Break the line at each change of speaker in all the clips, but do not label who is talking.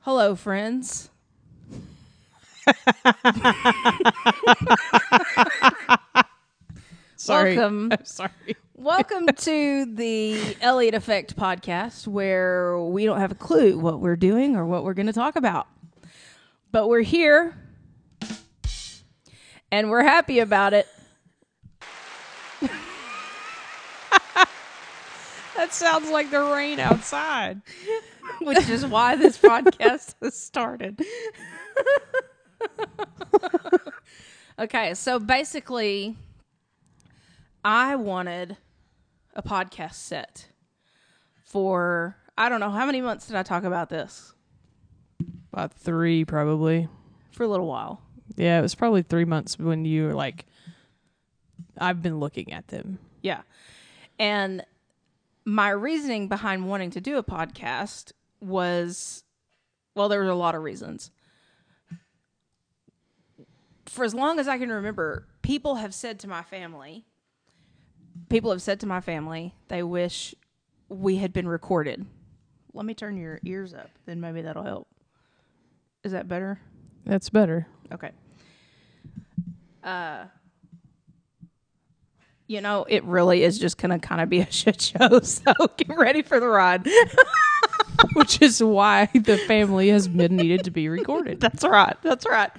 Hello, friends.
Sorry.
Welcome.
I'm sorry.
Welcome to the Elliot Effect podcast, where we don't have a clue what we're doing or what we're going to talk about. But we're here and we're happy about it.
That sounds like the rain outside.
which is why this podcast has started. okay, so basically, I wanted a podcast set for I don't know how many months did I talk about this
About three, probably.
for a little while.
Yeah, it was probably three months when you were like, I've been looking at them.
Yeah. And my reasoning behind wanting to do a podcast was well, there was a lot of reasons. For as long as I can remember, people have said to my family, people have said to my family, they wish we had been recorded. Let me turn your ears up, then maybe that'll help. Is that better?
That's better.
Okay. Uh, you know, it really is just gonna kind of be a shit show. So get ready for the ride.
Which is why the family has been needed to be recorded.
That's right. That's right.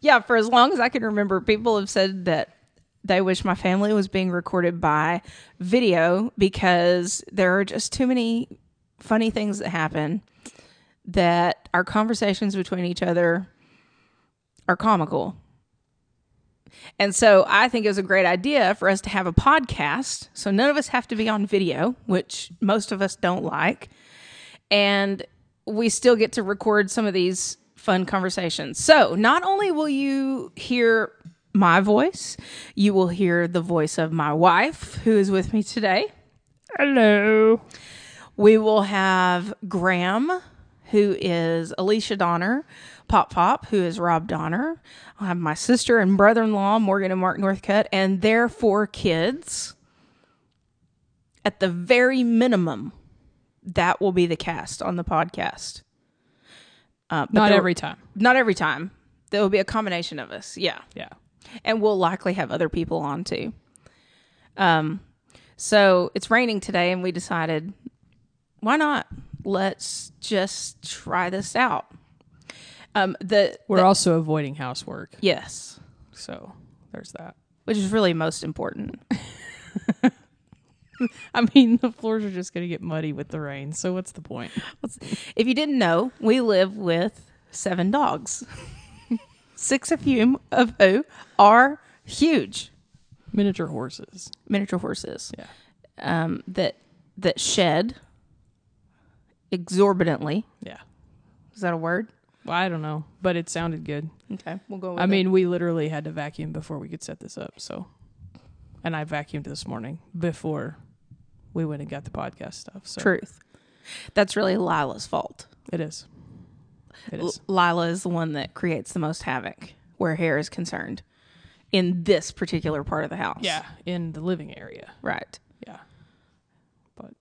Yeah, for as long as I can remember, people have said that they wish my family was being recorded by video because there are just too many funny things that happen that our conversations between each other are comical. And so I think it was a great idea for us to have a podcast. So none of us have to be on video, which most of us don't like and we still get to record some of these fun conversations. So, not only will you hear my voice, you will hear the voice of my wife who is with me today.
Hello.
We will have Graham, who is Alicia Donner, Pop Pop, who is Rob Donner. I'll have my sister and brother in law, Morgan and Mark Northcutt, and their four kids. At the very minimum, that will be the cast on the podcast. Uh, but
Not
there-
every time.
not every time. There will be a combination of us. Yeah
Yeah.
and we'll likely have other people on too. Um, so it's raining today, and we decided, why not? Let's just try this out. Um, the
We're also avoiding housework.
yes,
So there's that.
which is really most important.
I mean, the floors are just going to get muddy with the rain. So what's the point?
If you didn't know, we live with seven dogs, six of whom of who are huge
Miniature horses.
miniature horses.
Yeah.
Um, that that shed exorbitantly.
Yeah.
Is that a word?
Well, I don't know, but it sounded good.
Okay, we'll go. With
I
it.
mean, we literally had to vacuum before we could set this up. So, and I vacuumed this morning before we went and got the podcast stuff. So
truth. That's really Lila's fault.
it is. It
L-
is.
Lila is the one that creates the most havoc where hair is concerned in this particular part of the house.
Yeah, in the living area.
Right.
Yeah. But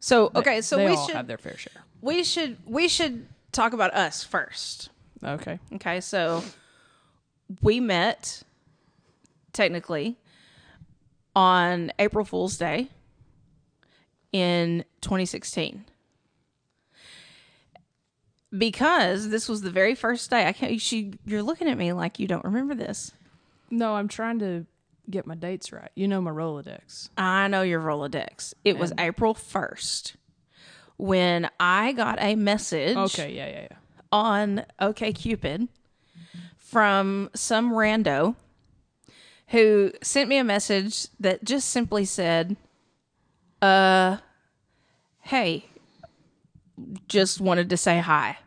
So
they-
okay, so
they
we
all have
should
their fair share.
we should we should talk about us first.
Okay.
Okay, so we met technically on April Fool's Day in 2016. Because this was the very first day. I can't she you're looking at me like you don't remember this.
No, I'm trying to get my dates right. You know my Rolodex.
I know your Rolodex. It was April 1st when I got a message
Okay. Yeah. Yeah. Yeah.
on OKCupid from some rando who sent me a message that just simply said, "Uh, hey, just wanted to say hi."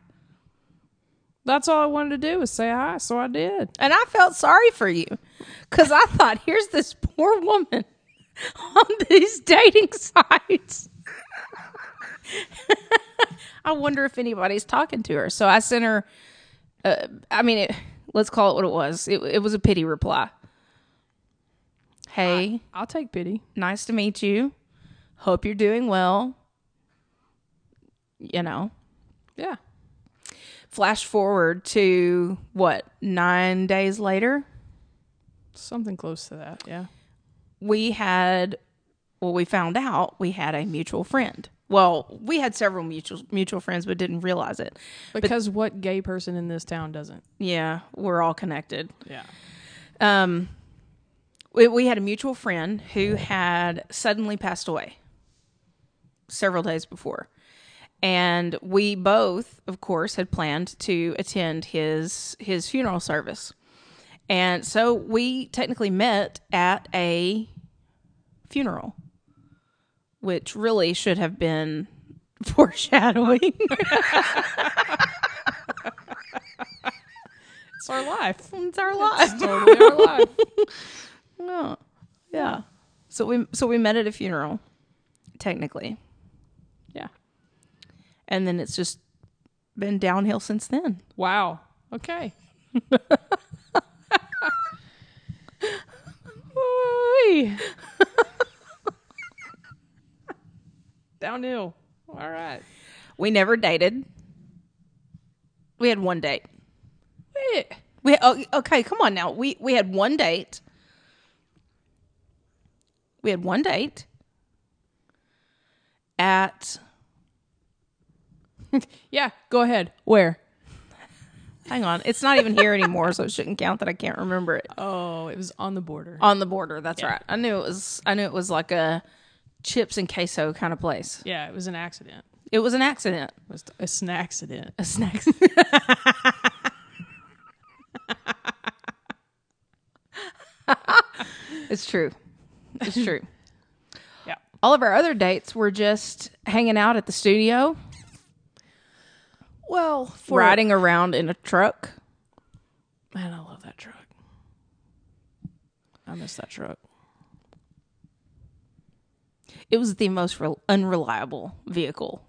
That's all I wanted to do was say hi, so I did.
And I felt sorry for you because I thought, here's this poor woman on these dating sites. I wonder if anybody's talking to her. So I sent her, uh, I mean, it, let's call it what it was. It, it was a pity reply. Hey,
I'll take pity.
nice to meet you. Hope you're doing well. You know,
Yeah.
Flash forward to what, nine days later?
Something close to that. Yeah.
we had well we found out we had a mutual friend well we had several mutual mutual friends but didn't realize it
Because what gay person in this town doesn't?
yeah we're all connected
Yeah.
um we, we had a mutual friend who had suddenly passed away several days before and we both of course had planned to attend his his funeral service and so we technically met at a funeral which really should have been foreshadowing
It's our life.
it's our life
totally our life.
Oh, yeah. So we so we met at a funeral, technically,
Yeah.
and then it's just been downhill since then.
Wow. Okay. Woo-wee. Downhill. All right.
We never dated. We had one date.
Wait.
We oh, okay, come on now. We we had one date. We had one date at
Yeah, go ahead. Where?
hang on, it's not even here anymore, so it shouldn't count that I can't remember it.
Oh, it was on the border.
On the border, that's right. I knew it was I knew it was like a chips and queso kind of place.
Yeah, it was an accident.
It was an accident.
It was it's an accident.
A snack. it's true. It's true.
Yeah.
All of our other dates were just hanging out at the studio,
Well, for
riding around in a truck.
Man, I love that truck. I miss that truck.
It was the most rel unreliable vehicle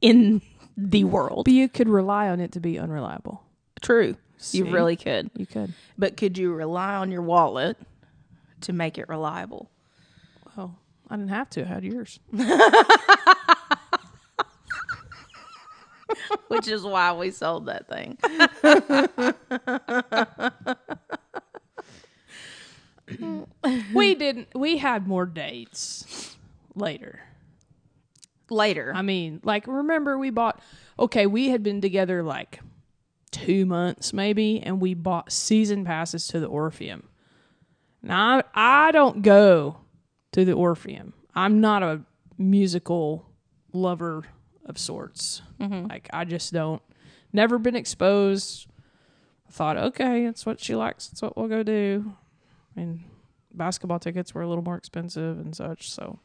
in the world.
But you could rely on it to be unreliable.
True.
See?
You really could.
You could.
But could you rely on your wallet to make it reliable?
Well, I didn't have to. I had yours.
Which is why we sold that thing.
we didn't. We had more dates later.
Later.
I mean, like remember we bought. Okay, we had been together like two months maybe, and we bought season passes to the Orpheum. Now I, I don't go to the Orpheum. I'm not a musical lover of sorts. Like I just don't. Never been exposed. I thought, okay, that's what she likes. That's what we'll go do. I mean, basketball tickets were a little more expensive and such, so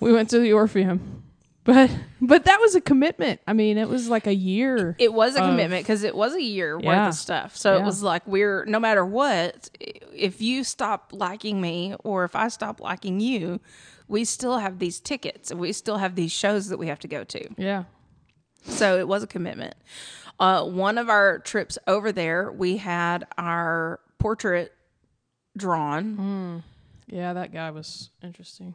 we went to the Orpheum. But but that was a commitment. I mean, it was like a year.
It was a commitment because it was a year worth
Yeah.
of stuff. So it
Yeah.
was like we're no matter what, i- if you stop liking me or if I stop liking you, we still have these tickets. and We still have these shows that we have to go to.
yeah.
So it was a commitment. Uh, one of our trips over there, we had our portrait drawn.
Yeah, that guy was interesting.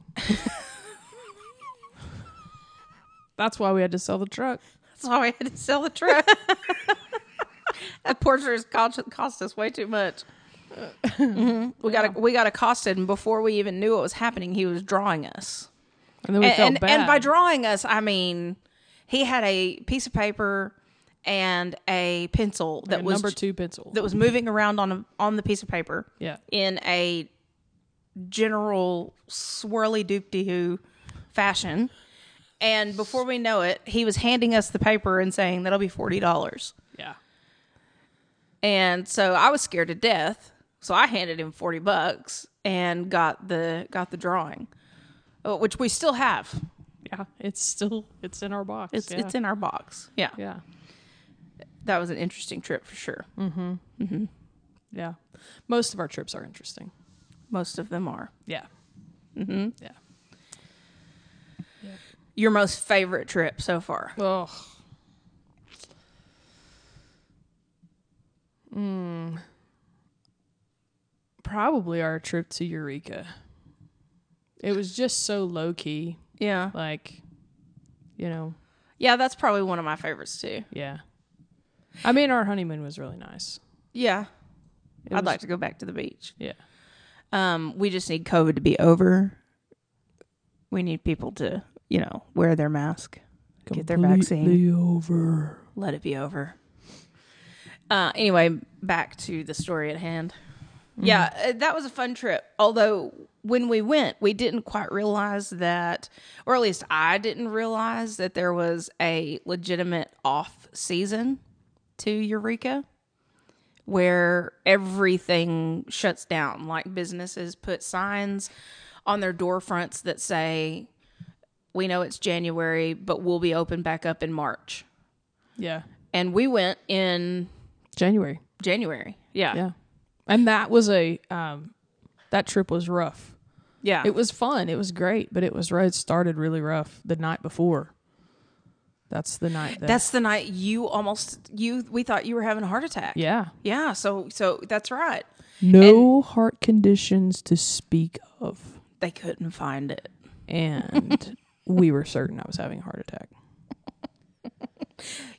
That's why we had to sell the truck.
That's why we had to sell the truck. that portrait has cost, cost us way too much. Mhm. We got we got accosted, and before we even knew what was happening, he was drawing us.
And then we
And
felt
and,
bad.
and by drawing us, I mean he had a piece of paper and a pencil that
A
was
number two pencil.
that was moving around on a, on the piece of paper
yeah.
in a general swirly doop de hoo fashion. And before we know it, he was handing us the paper and saying, That'll be $40.
Yeah.
And so I was scared to death. So I handed him 40 bucks and got the got the drawing. uh, Which we still have.
Yeah. It's still it's in our box.
It's
yeah.
it's in our box. Yeah.
yeah.
That was an interesting trip for sure.
Yeah. Most of our trips are interesting.
Most of them are.
Yeah. Mm-hmm. Yeah.
Your most favorite trip so far.
Ugh. Hmm. Probably our trip to Eureka. It was just so low key.
Yeah.
Like, you know,
Yeah, that's probably one of my favorites too.
yeah. I mean, our honeymoon was really nice.
Yeah.
It
I'd
was-
like to go back to the beach.
Yeah.
Um, we just need COVID to be over. We need people to, you know, wear their mask, get their vaccine,
Completely over.
let it be over. Uh, anyway, back to the story at hand. Yeah, uh, that was a fun trip. Although when we went, we didn't quite realize that, or at least I didn't realize that there was a legitimate off season to Eureka where everything shuts down. Like businesses put signs on their door fronts that say, We know it's January, but we'll be open back up in March.
Yeah.
And we went in
January.
January. Yeah.
Yeah. And that was a um that trip was rough.
Yeah.
It was fun. It was great, but it was it started really rough the night before. That's the night that
That's the night you almost you we thought you were having a heart attack.
Yeah.
Yeah, so so that's right.
No heart conditions to speak of.
They couldn't find it.
And we were certain I was having a heart attack.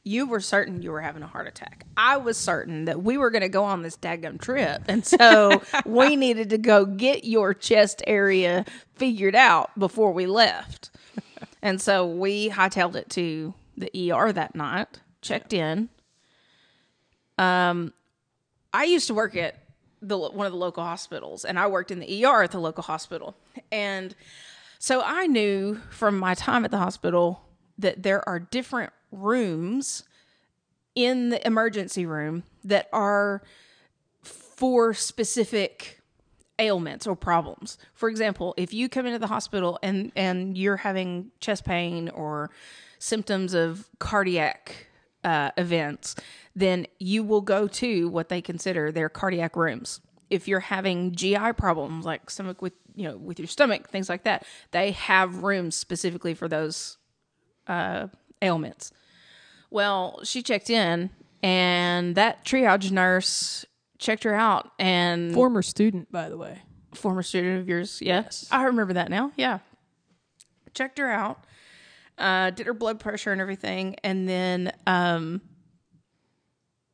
You were certain you were having a heart attack. I was certain that we were going to go on this daggum trip. And so we needed to go get your chest area figured out before we left. And so we hightailed it to the ER that night, checked in. Um, I used to work at the one of the local hospitals, and I worked in the ER at the local hospital. And so I knew from my time at the hospital that there are different rooms in the emergency room that are for specific ailments or problems. For example, if you come into the hospital and and you're having chest pain or symptoms of cardiac uh, events, then you will go to what they consider their cardiac rooms. If you're having GI problems like stomach with you know with your stomach things like that, they have rooms specifically for those uh, ailments. Well, she checked in, and that triage nurse checked her out and
Former student, by the way.
former student of yours. Yeah.
Yes.
I remember that now. Yeah. Checked her out, uh, did her blood pressure and everything, and then um,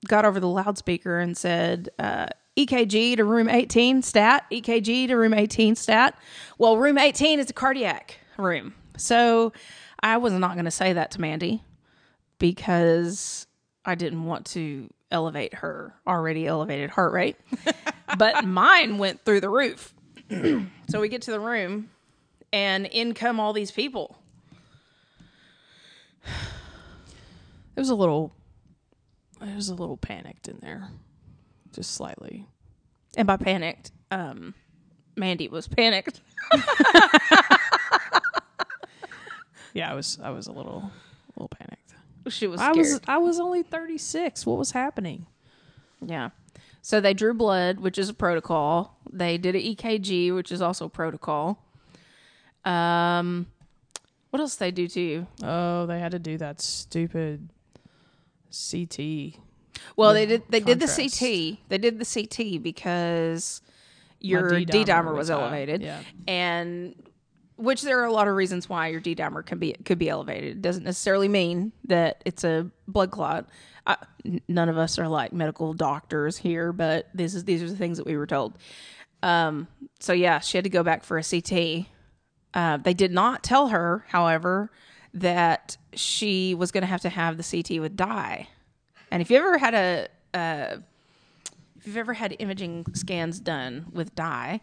got over the loudspeaker and said, uh, EKG to room 18 stat, EKG to room 18 stat. Well, room 18 is the cardiac room. So I was not going to say that to Mandy because I didn't want to elevate her already elevated heart rate. but mine went through the roof. so we get to the room and in come all these people.
It was a little I was a little panicked in there. Just slightly.
And by panicked, um, Mandy was panicked.
Yeah, I was I was a little a little panicked.
She was
I
scared.
was I was only 36. What was happening?
yeah. So they drew blood, which is a protocol. They did an EKG, which is also a protocol. Um, what else they do to you?
Oh, they had to do that stupid CT.
Well, they did. They did
contrast.
the CT. They did the CT because your
My
D dimer was
high.
elevated.
Yeah.
and which there are a lot of reasons why your D dimer can be could be elevated. It doesn't necessarily mean that it's a blood clot. I, n- none of us are like medical doctors here, but this is these are the things that we were told. Um, so yeah, she had to go back for a CT. Uh, they did not tell her, however, that she was going to have to have the CT with dye. And if you ever had a uh, if you've ever had imaging scans done with dye,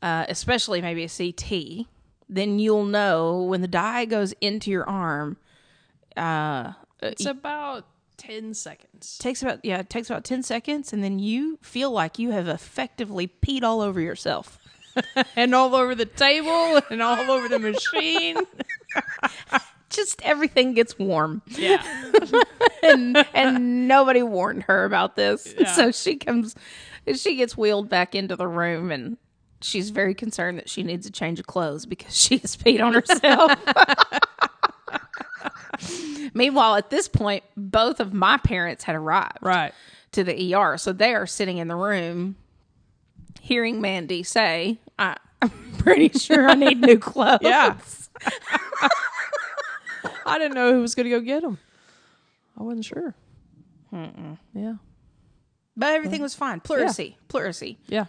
uh, especially maybe a CT, then you'll know when the dye goes into your arm. Uh, it
It's about 10 seconds.
takes about yeah, it takes about ten seconds, and then you feel like you have effectively peed all over yourself.
And all over the table and all over the machine.
Just everything gets warm,
yeah.
and and nobody warned her about this,
Yeah.
so she comes, she gets wheeled back into the room, and she's very concerned that she needs a change of clothes because she has peed on herself. Meanwhile, at this point, both of my parents had arrived.
Right.
to the ER. So they are sitting in the room hearing Mandy say, I, I'm pretty sure I need new clothes.
Yeah. I didn't know who was going to go get them. I wasn't sure. Yeah.
But everything was fine. Pleurisy, pleurisy.
Yeah.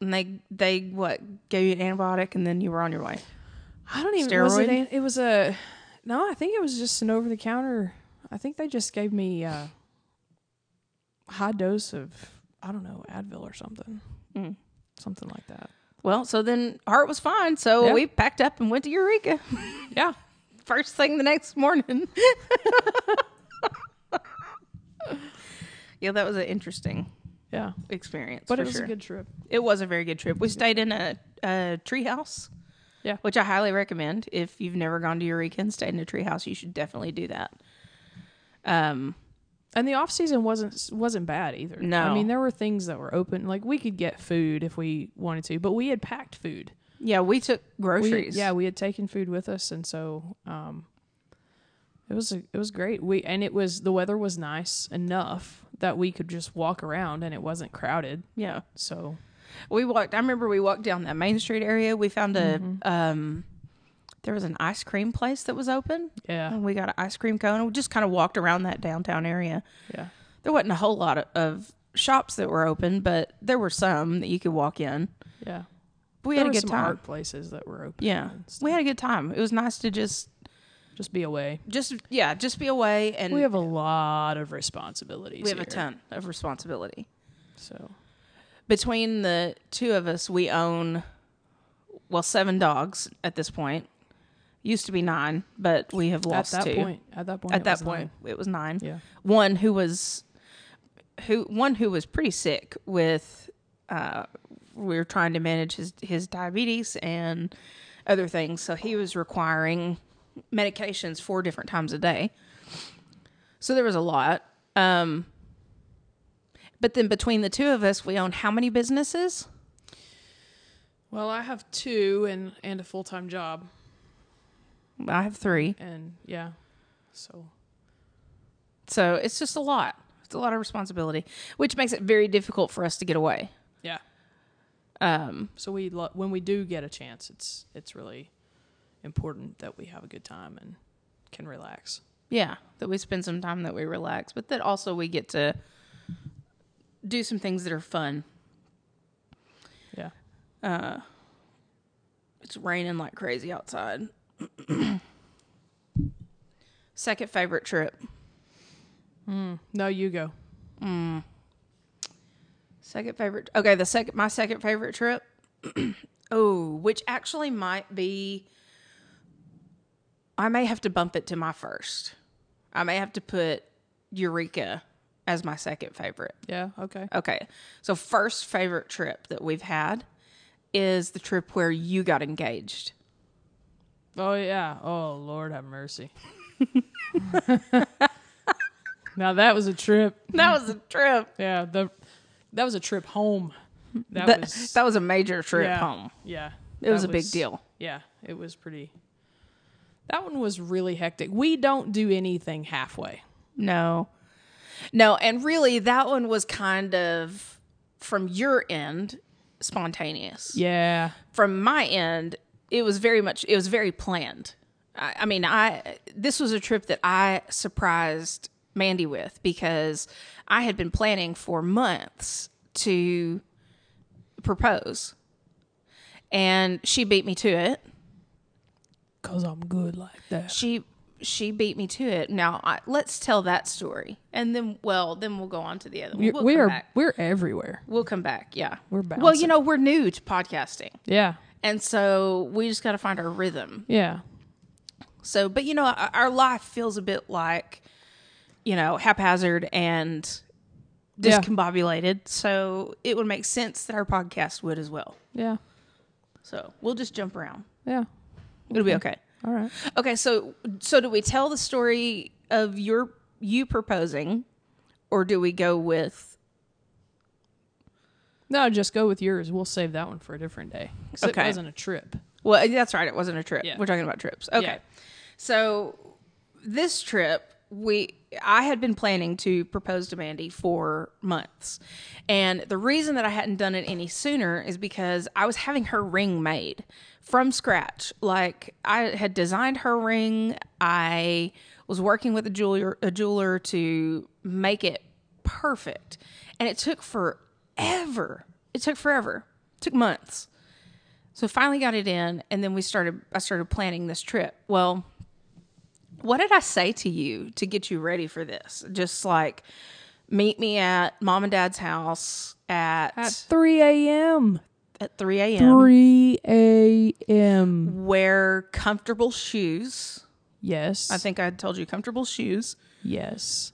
And they they what gave you an antibiotic and then you were on your way.
I don't even. Was it,
Steroid?
an- it was a. No, I think it was just an over the counter. I think they just gave me uh, a high dose of I don't know Advil or something,
Mm.
something like that.
Well, so then heart was fine. So
Yeah.
we packed up and went to Eureka
Yeah.
first thing the next morning. yeah, that was an interesting
Yeah.
experience.
But
for
it was
sure.
a good trip.
It was a very good trip. We stayed in a, a treehouse.
Yeah.
Which I highly recommend. If you've never gone to Eureka and stayed in a treehouse, you should definitely do that. Um,
And the off season wasn't wasn't bad either.
No.
I mean there were things that were open. Like we could get food if we wanted to, but we had packed food.
yeah, we took
We-
groceries.
yeah, we had taken food with us, and so um, it was it was great. We and it was the weather was nice enough that we could just walk around and it wasn't crowded.
Yeah.
So
We walked. I remember we walked down that main street area. We found a
Mm-hmm.
um, there was an ice cream place that was open,
yeah,
and we got an ice cream cone. And we just kind of walked around that downtown area.
yeah,
There wasn't a whole lot of, of shops that were open, but there were some that you could walk in.
yeah.
But we had
There were
a good
some
time.
art places that were open.
Yeah,
and stuff.
we had a good time. It was nice to just
just be away.
just yeah just be away and
We have a lot of responsibilities.
Mm. we have a
here,
ton of responsibility
So
between the two of us we own well seven dogs at this point used to be nine but we have lost
at that
two
point, at that point,
at
it
that
was
point it was nine
nine. yeah.
one who was who one who was pretty sick with uh we were trying to manage his his diabetes and other things so he was requiring medications four different times a day so there was a lot um but then between the two of us we own how many businesses
Well, I have two and and a full time job,
i have three
and yeah, so
so it's just a lot it's a lot of responsibility which makes it very difficult for us to get away
yeah.
um
So we lo- when we do get a chance, it's it's really important that we have a good time and can relax.
Yeah, that we spend some time that we relax, but that also we get to do some things that are fun.
Yeah.
Uh, it's raining like crazy outside. Second favorite trip.
No, you go.
Second favorite. Okay, the second my second favorite trip. oh, which actually might be. I may have to bump it to my first. I may have to put Eureka as my second favorite.
Yeah. Okay.
Okay. So first favorite trip that we've had is the trip where you got engaged.
Oh yeah. Oh Lord, have mercy. now that was a trip.
That was a trip.
Yeah. The that was a trip home. That,
That,
was
that was a major trip
yeah,
home.
Yeah.
It was
that
a big deal.
Yeah. It was pretty. That one was really hectic. We don't do anything halfway.
No. No, and really that one was kind of from your end spontaneous.
Yeah.
From my end, it was very much it was very planned. I, I mean, I this was a trip that I surprised Mandy with because I had been planning for months to propose. And she beat me to it.
Cause I'm good like that.
She she beat me to it. Now I, let's tell that story, and then well, then we'll go on to the other one.
We're,
We'll
we
come
are
back.
we're everywhere.
We'll come back. Yeah,
We're
Well, you
bouncing.
know, we're new to podcasting,
Yeah.
and so we just got to find our rhythm.
Yeah.
So, but you know, our our life feels a bit like, you know, haphazard and
Yeah.
discombobulated. So it would make sense that our podcast would as well.
Yeah.
So we'll just jump around.
Yeah.
It'll be okay.
All right.
Okay, so so do we tell the story of your you proposing, or do we go with?
No, just go with yours. We'll save that one for a different day. 'Cause
Okay.
It wasn't a trip.
Well, that's right. It wasn't a trip.
Yeah.
We're talking about trips. Okay,
Yeah.
so this trip we I had been planning to propose to Mandy for months, and the reason that I hadn't done it any sooner is because I was having her ring made from scratch. Like I had designed her ring. I was working with a jeweler a jeweler to make it perfect. And it took forever. It took forever. It took months. So finally got it in and then we started I started planning this trip. Well, what did I say to you to get you ready for this? Just like meet me at mom and dad's house at
At
at,
3 a.m.
3 a.m.
3 a.m.
Wear comfortable shoes.
Yes.
I think I told you comfortable shoes.
Yes.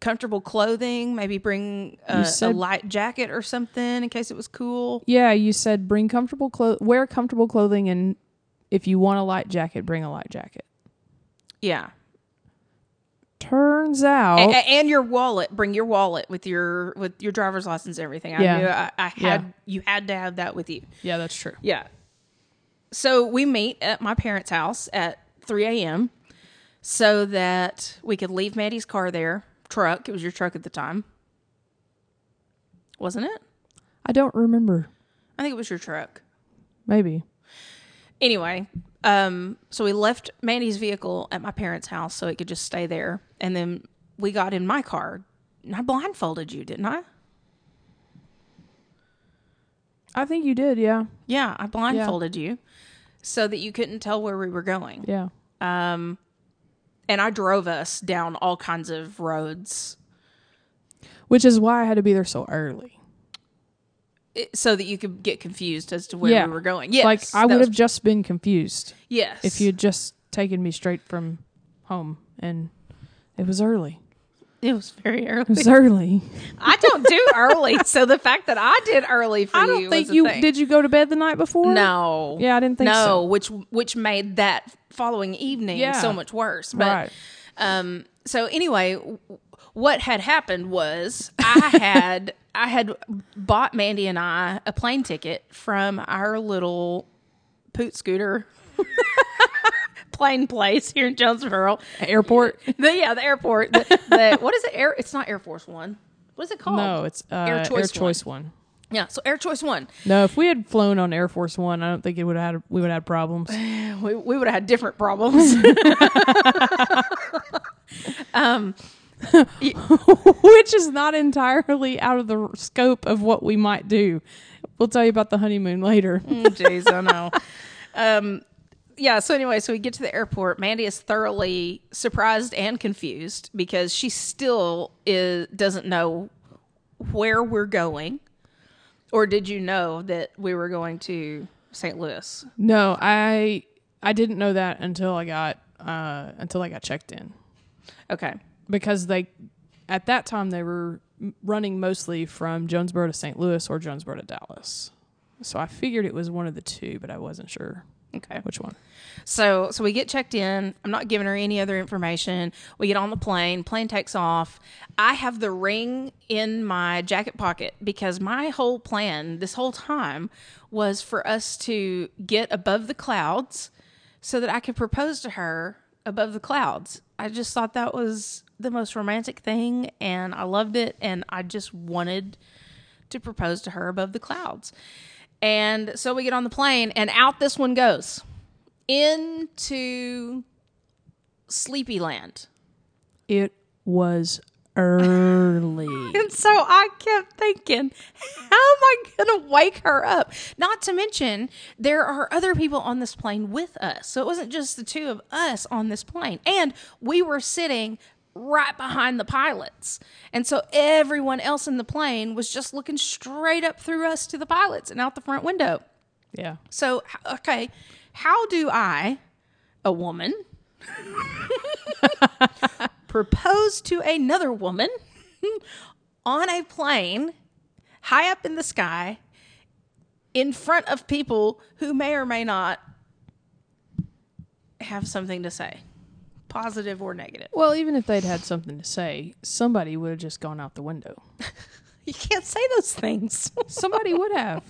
comfortable clothing. Maybe bring a, a
said-
light jacket or something in case it was cool.
yeah, you said bring comfortable clothes, wear comfortable clothing, and if you want a light jacket, bring a light jacket.
Yeah.
Turns
A-
out,
a- and your wallet. Bring your wallet with your with your driver's license and everything. I
Yeah.
knew I, I had
Yeah.
you had to have that with you.
yeah, that's true.
Yeah. So we meet at my parents' house at 3 a.m. so that we could leave Maddie's car there. Truck. It was your truck at the time. Wasn't it?
I don't remember.
I think it was your truck.
Maybe.
anyway, um, so we left Mandy's vehicle at my parents' house so it could just stay there, and then we got in my car. And I blindfolded you, didn't I?
I think you did. Yeah.
Yeah, I blindfolded you so that you couldn't tell where we were going.
Yeah.
And I drove us down all kinds of roads
Which is why I had to be there so early.
it- eh, so that you could get confused as to where
Yeah.
we were going. Yes,
like I
that
would
was-
have just been confused
Yes,
if you had just taken me straight from home, and it was early.
It was very
It
early.
was early.
I don't do early, so the fact that I did early for
I
you,
don't think
was a
you
thing.
did. You go to bed the night before?
No.
Yeah, I didn't think
no,
so.
which which made that following evening
Yeah.
so much worse. But
Right.
um so anyway, w- what had happened was I had I had bought Mandy and I a plane ticket from our little poot scooter plane place here in Jonesboro.
Airport.
The, yeah, the airport. The, the, what is it? Air? It's not Air Force One. What is it called?
No, it's uh,
Oh. Air
Air Choice,
Choice
one.
yeah. So Air Choice One.
No, if we had flown on Air Force One, I don't think it would have had we would have had problems.
we, we would have had different problems.
which is not entirely out of the r- scope of what we might do. We'll tell you about the honeymoon later.
Jeez, I know. Um, yeah. So anyway, so we get to the airport. Mandy is thoroughly surprised and confused because she still is doesn't know where we're going. Or did you know that we were going to St. Louis?
No, I I didn't know that until I got uh, until I got checked in
Okay.
because they at that time they were m- running mostly from Jonesboro to St. Louis or Jonesboro to Dallas. So I figured it was one of the two, but I wasn't sure
Okay.
which one.
So so we get checked in. I'm not giving her any other information. We get on the plane. Plane takes off. I have the ring in my jacket pocket because my whole plan this whole time was for us to get above the clouds so that I could propose to her above the clouds. I just thought that was the most romantic thing and I loved it and I just wanted to propose to her above the clouds. And so we get on the plane and out this one goes into Sleepyland.
It was early.
And so I kept thinking, how am I going to wake her up? Not to mention, there are other people on this plane with us. So it wasn't just the two of us on this plane. And we were sitting right behind the pilots. And so everyone else in the plane was just looking straight up through us to the pilots and out the front window.
yeah.
So, h- okay, how do I, a woman, propose to another woman on a plane high up in the sky in front of people who may or may not have something to say, positive or negative?
Well, even if they'd had something to say, somebody would have just gone out the window.
You can't say those things.
Somebody would have.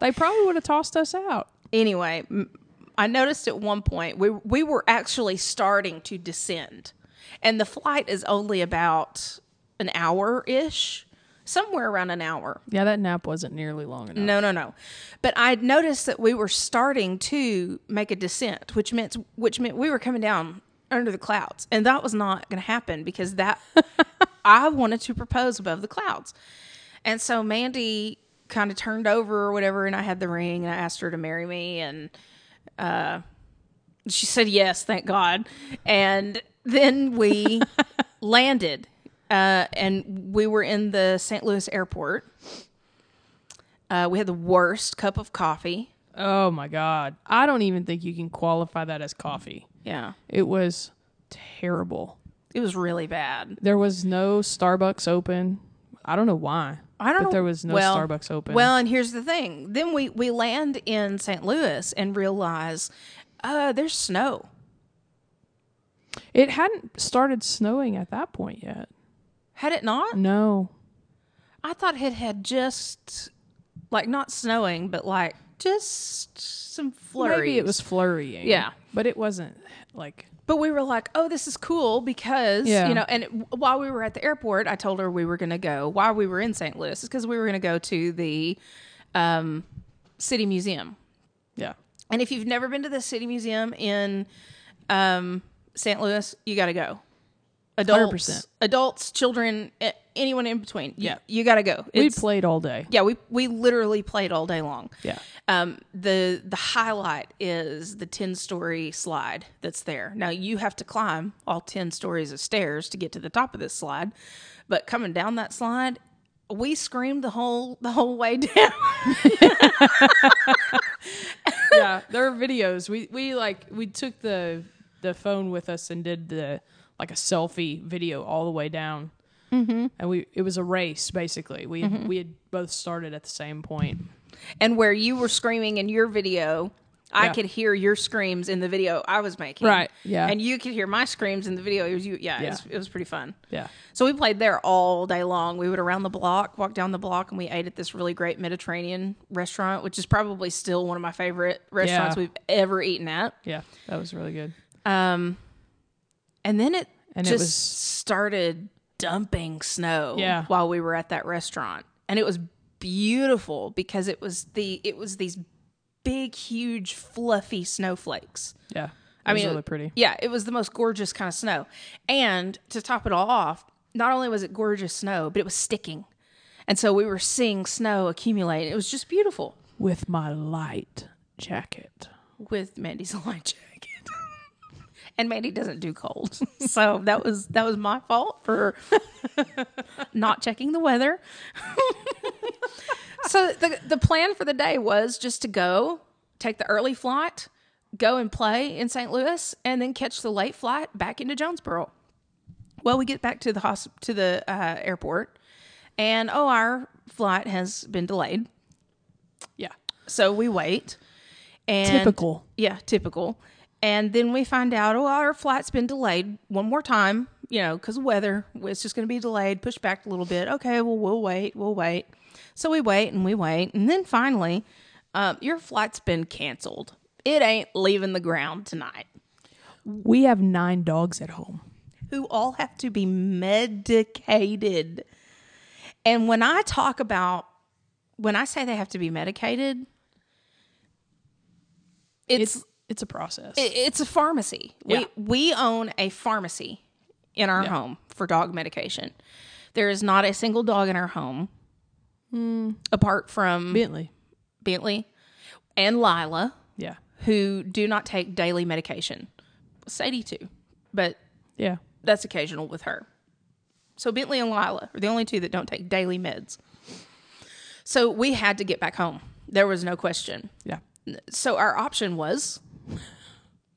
They probably would have tossed us out.
anyway, m- I noticed at one point we we were actually starting to descend, and the flight is only about an hour ish, somewhere around an hour.
Yeah, that nap wasn't nearly long enough.
No, no, no. But I noticed that we were starting to make a descent, which meant which meant we were coming down under the clouds. And that was not going to happen because that I wanted to propose above the clouds. And so Mandy kind of turned over or whatever, and I had the ring and I asked her to marry me. And uh, she said yes, thank God. And then we landed uh, and we were in the St. Louis airport. Uh, we had the worst cup of coffee.
Oh my god. I don't even think you can qualify that as coffee.
Yeah.
It was terrible.
It was really bad.
There was no Starbucks open. I don't know why.
I don't
But
know.
there was no
well-
Starbucks open.
Well, and here's the thing. Then we we land in St. Louis and realize uh there's snow.
it hadn't started snowing at that point yet.
Had it not?
No.
I thought it had just like not snowing, but like just some flurries.
Maybe it was flurrying.
Yeah.
But it wasn't like
But we were like, "Oh, this is cool because
Yeah.
you know." And it- while we were at the airport, I told her we were going to go. While we were in St. Louis, because we were going to go to the um, city museum.
yeah.
And if you've never been to the City Museum in um, St. Louis, you got to go. Adults,
100%.
adults, children, a- anyone in between, y-
Yeah.
you got to go.
We
It's-
played all day.
yeah, we we literally played all day long.
Yeah.
Um, the the highlight is the ten story slide that's there. Now you have to climb all ten stories of stairs to get to the top of this slide, but coming down that slide, we screamed the whole the whole way down.
yeah, there are videos. We we like we took the the phone with us and did the like a selfie video all the way down. Mm-hmm. And we it was a race basically. We we had both started at the same point.
and where you were screaming in your video i
Yeah.
could hear your screams in the video i was making
Right, yeah.
and you could hear my screams in the video it was you yeah, It,
Yeah.
was, it was pretty fun
Yeah,
so we played there all day long we would around the block walk down the block and we ate at this really great mediterranean restaurant which is probably still one of my favorite restaurants
Yeah.
we've ever eaten at
yeah, that was really good.
um, and then it
And it
just
was-
started dumping snow
Yeah.
while we were at that restaurant, and it was beautiful because it was the it was these big, huge, fluffy snowflakes.
Yeah, it
I
was
mean,
really pretty.
Yeah, it was the most gorgeous kind of snow. And to top it all off, not only was it gorgeous snow, but it was sticking. And so we were seeing snow accumulate. It was just beautiful
With my light jacket.
with Mandy's light jacket. and Mandy doesn't do cold. so that was that was my fault for not checking the weather. so the the plan for the day was just to go, take the early flight, go and play in St. Louis and then catch the late flight back into Jonesboro. Well, we get back to the hosp- to the uh, airport and oh our flight has been delayed.
Yeah,
So we wait. And
Typical.
Yeah, typical. And then we find out, oh, our flight's been delayed one more time, you know, because weather. It's just going to be delayed, pushed back a little bit. Okay, well, we'll wait, we'll wait. So we wait and we wait. And then finally, um, your flight's been canceled. It ain't leaving the ground tonight.
we have nine dogs at home.
Who all have to be medicated. And when I talk about, when I say they have to be medicated, it's
It's it's a process.
It- It's a pharmacy.
Yeah.
We we own a pharmacy in our home for dog medication. There is not a single dog in our home apart from
Bentley.
Bentley and Lila
Yeah,
who do not take daily medication. Sadie too, but
yeah.
that's occasional with her. So Bentley and Lila are the only two that don't take daily meds. So we had to get back home. There was no question.
Yeah.
So our option was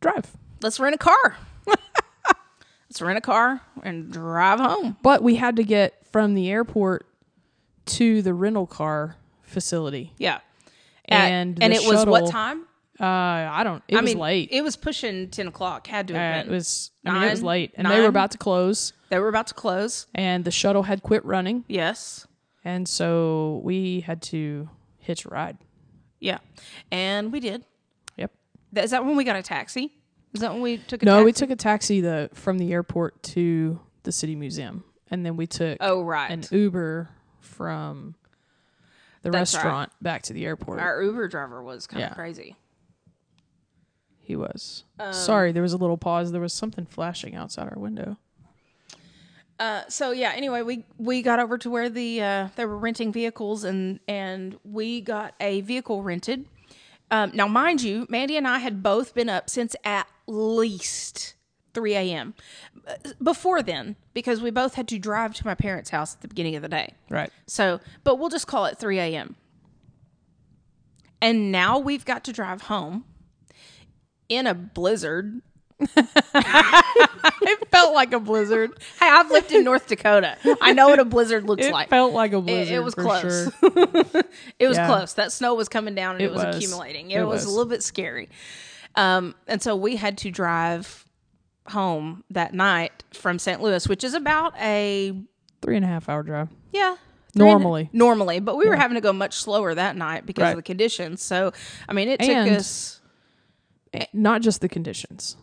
Drive.
let's rent a car. let's rent a car and drive home.
But we had to get from the airport to the rental car facility.
Yeah.
And
and, and
the
it was what
shuttle-
time?
Uh, I don't. It
I
was
mean,
late.
It was pushing ten o'clock. Had to
Uh,
have
it
been.
was. I mean, it was
Nine?
late, and they were
Nine?
about to close,
they were about to close.
and the shuttle had quit running,
Yes.
and so we had to hitch a ride.
Yeah. And we did.
Yep.
Th- Is that when we got a taxi? Is that when we took a
No,
taxi?
we took a taxi the from the airport to the city museum, and then we took
oh right.
an Uber from the
That's right.
restaurant back to the airport.
Our Uber driver was kind
Yeah.
of crazy.
He was.
Um,
Sorry, there was a little pause. There was something flashing outside our window.
Uh, so yeah. Anyway, we we got over to where the uh, they were renting vehicles, and and we got a vehicle rented. Um, now, mind you, Mandy and I had both been up since at least three a.m. before then, because we both had to drive to my parents' house at the beginning of the day.
Right.
So, but we'll just call it 3 a.m. And now we've got to drive home in a blizzard. it felt like a blizzard. Hey, I've lived in North Dakota. I know what a blizzard looks
It
like.
felt like a
it,
blizzard.
it was
for
close.
Sure.
it was
Yeah.
close. That snow was coming down and it,
It
was,
was.
accumulating. It,
It
was. a
was.
little bit scary. Um, and so we had to drive home that night from St. Louis, which is about a
Three and a half hour drive.
yeah.
Normally.
normally, but we were having to go much slower that night because of
Right.
the conditions. So, I mean, it
And-
took us.
Eh, Not just the conditions,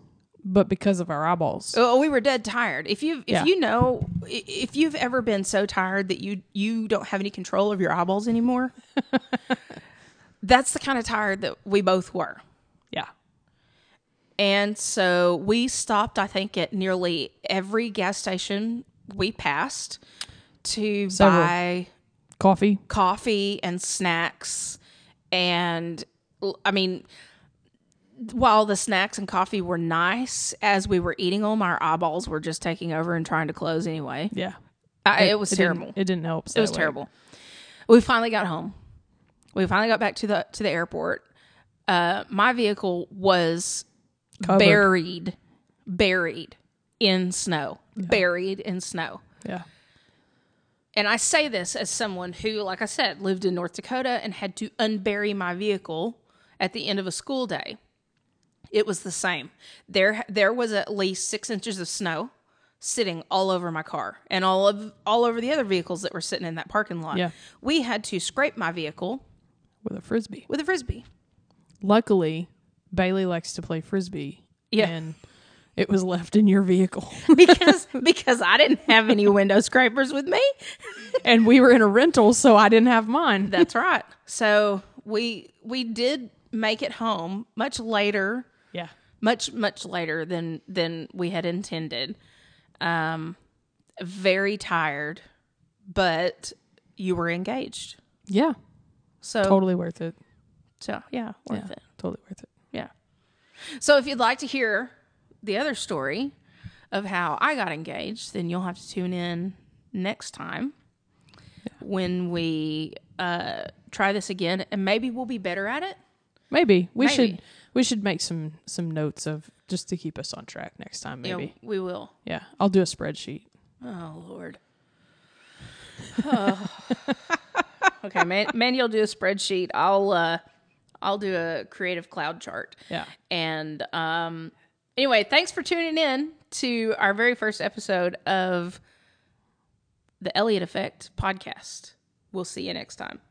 but because of our eyeballs.
Oh, we were dead tired. If you if
Yeah.
you know i- if you've ever been so tired that you you don't have any control of your eyeballs anymore, that's the kind of tired that we both were.
Yeah.
And so we stopped, I think, at nearly every gas station we passed to
Several.
buy
Coffee.
coffee and snacks and l- i mean while the snacks and coffee were nice as we were eating them our eyeballs were just taking over and trying to close anyway
Yeah.
I, it, was
It didn't-
terrible
it didn't help.
it was terrible we finally got home we finally got back to the to the airport uh my vehicle was
Covered.
buried buried in snow buried in snow
Yeah.
and I say this as someone who, like I said, lived in North Dakota and had to unbury my vehicle at the end of a school day. It was the same. There, there was at least six inches of snow sitting all over my car and all of all over the other vehicles that were sitting in that parking lot.
Yeah.
We had to scrape my vehicle
With a frisbee.
with a frisbee.
Luckily, Bailey likes to play frisbee.
Yeah.
And it was left in your vehicle.
because because I didn't have any window scrapers with me.
and we were in a rental, so I didn't have mine.
That's right. So we we did make it home much later
yeah.
much much later than than we had intended um very tired but you were engaged
Yeah.
so
Totally worth it.
so yeah Oh. worth
yeah.
it
Totally worth it.
yeah so if you'd like to hear the other story of how i got engaged then you'll have to tune in next time when we uh try this again and maybe we'll be better at it
Maybe we
Maybe.
should we should make some some notes of just to keep us on track next time. Maybe.
yeah we will
Yeah, I'll do a spreadsheet.
Oh Lord. Oh. okay, man, man, you'll do a spreadsheet. I'll uh, I'll do a creative cloud chart.
Yeah.
And um, anyway, thanks for tuning in to our very first episode of the Elliott Effect podcast. We'll see you next time.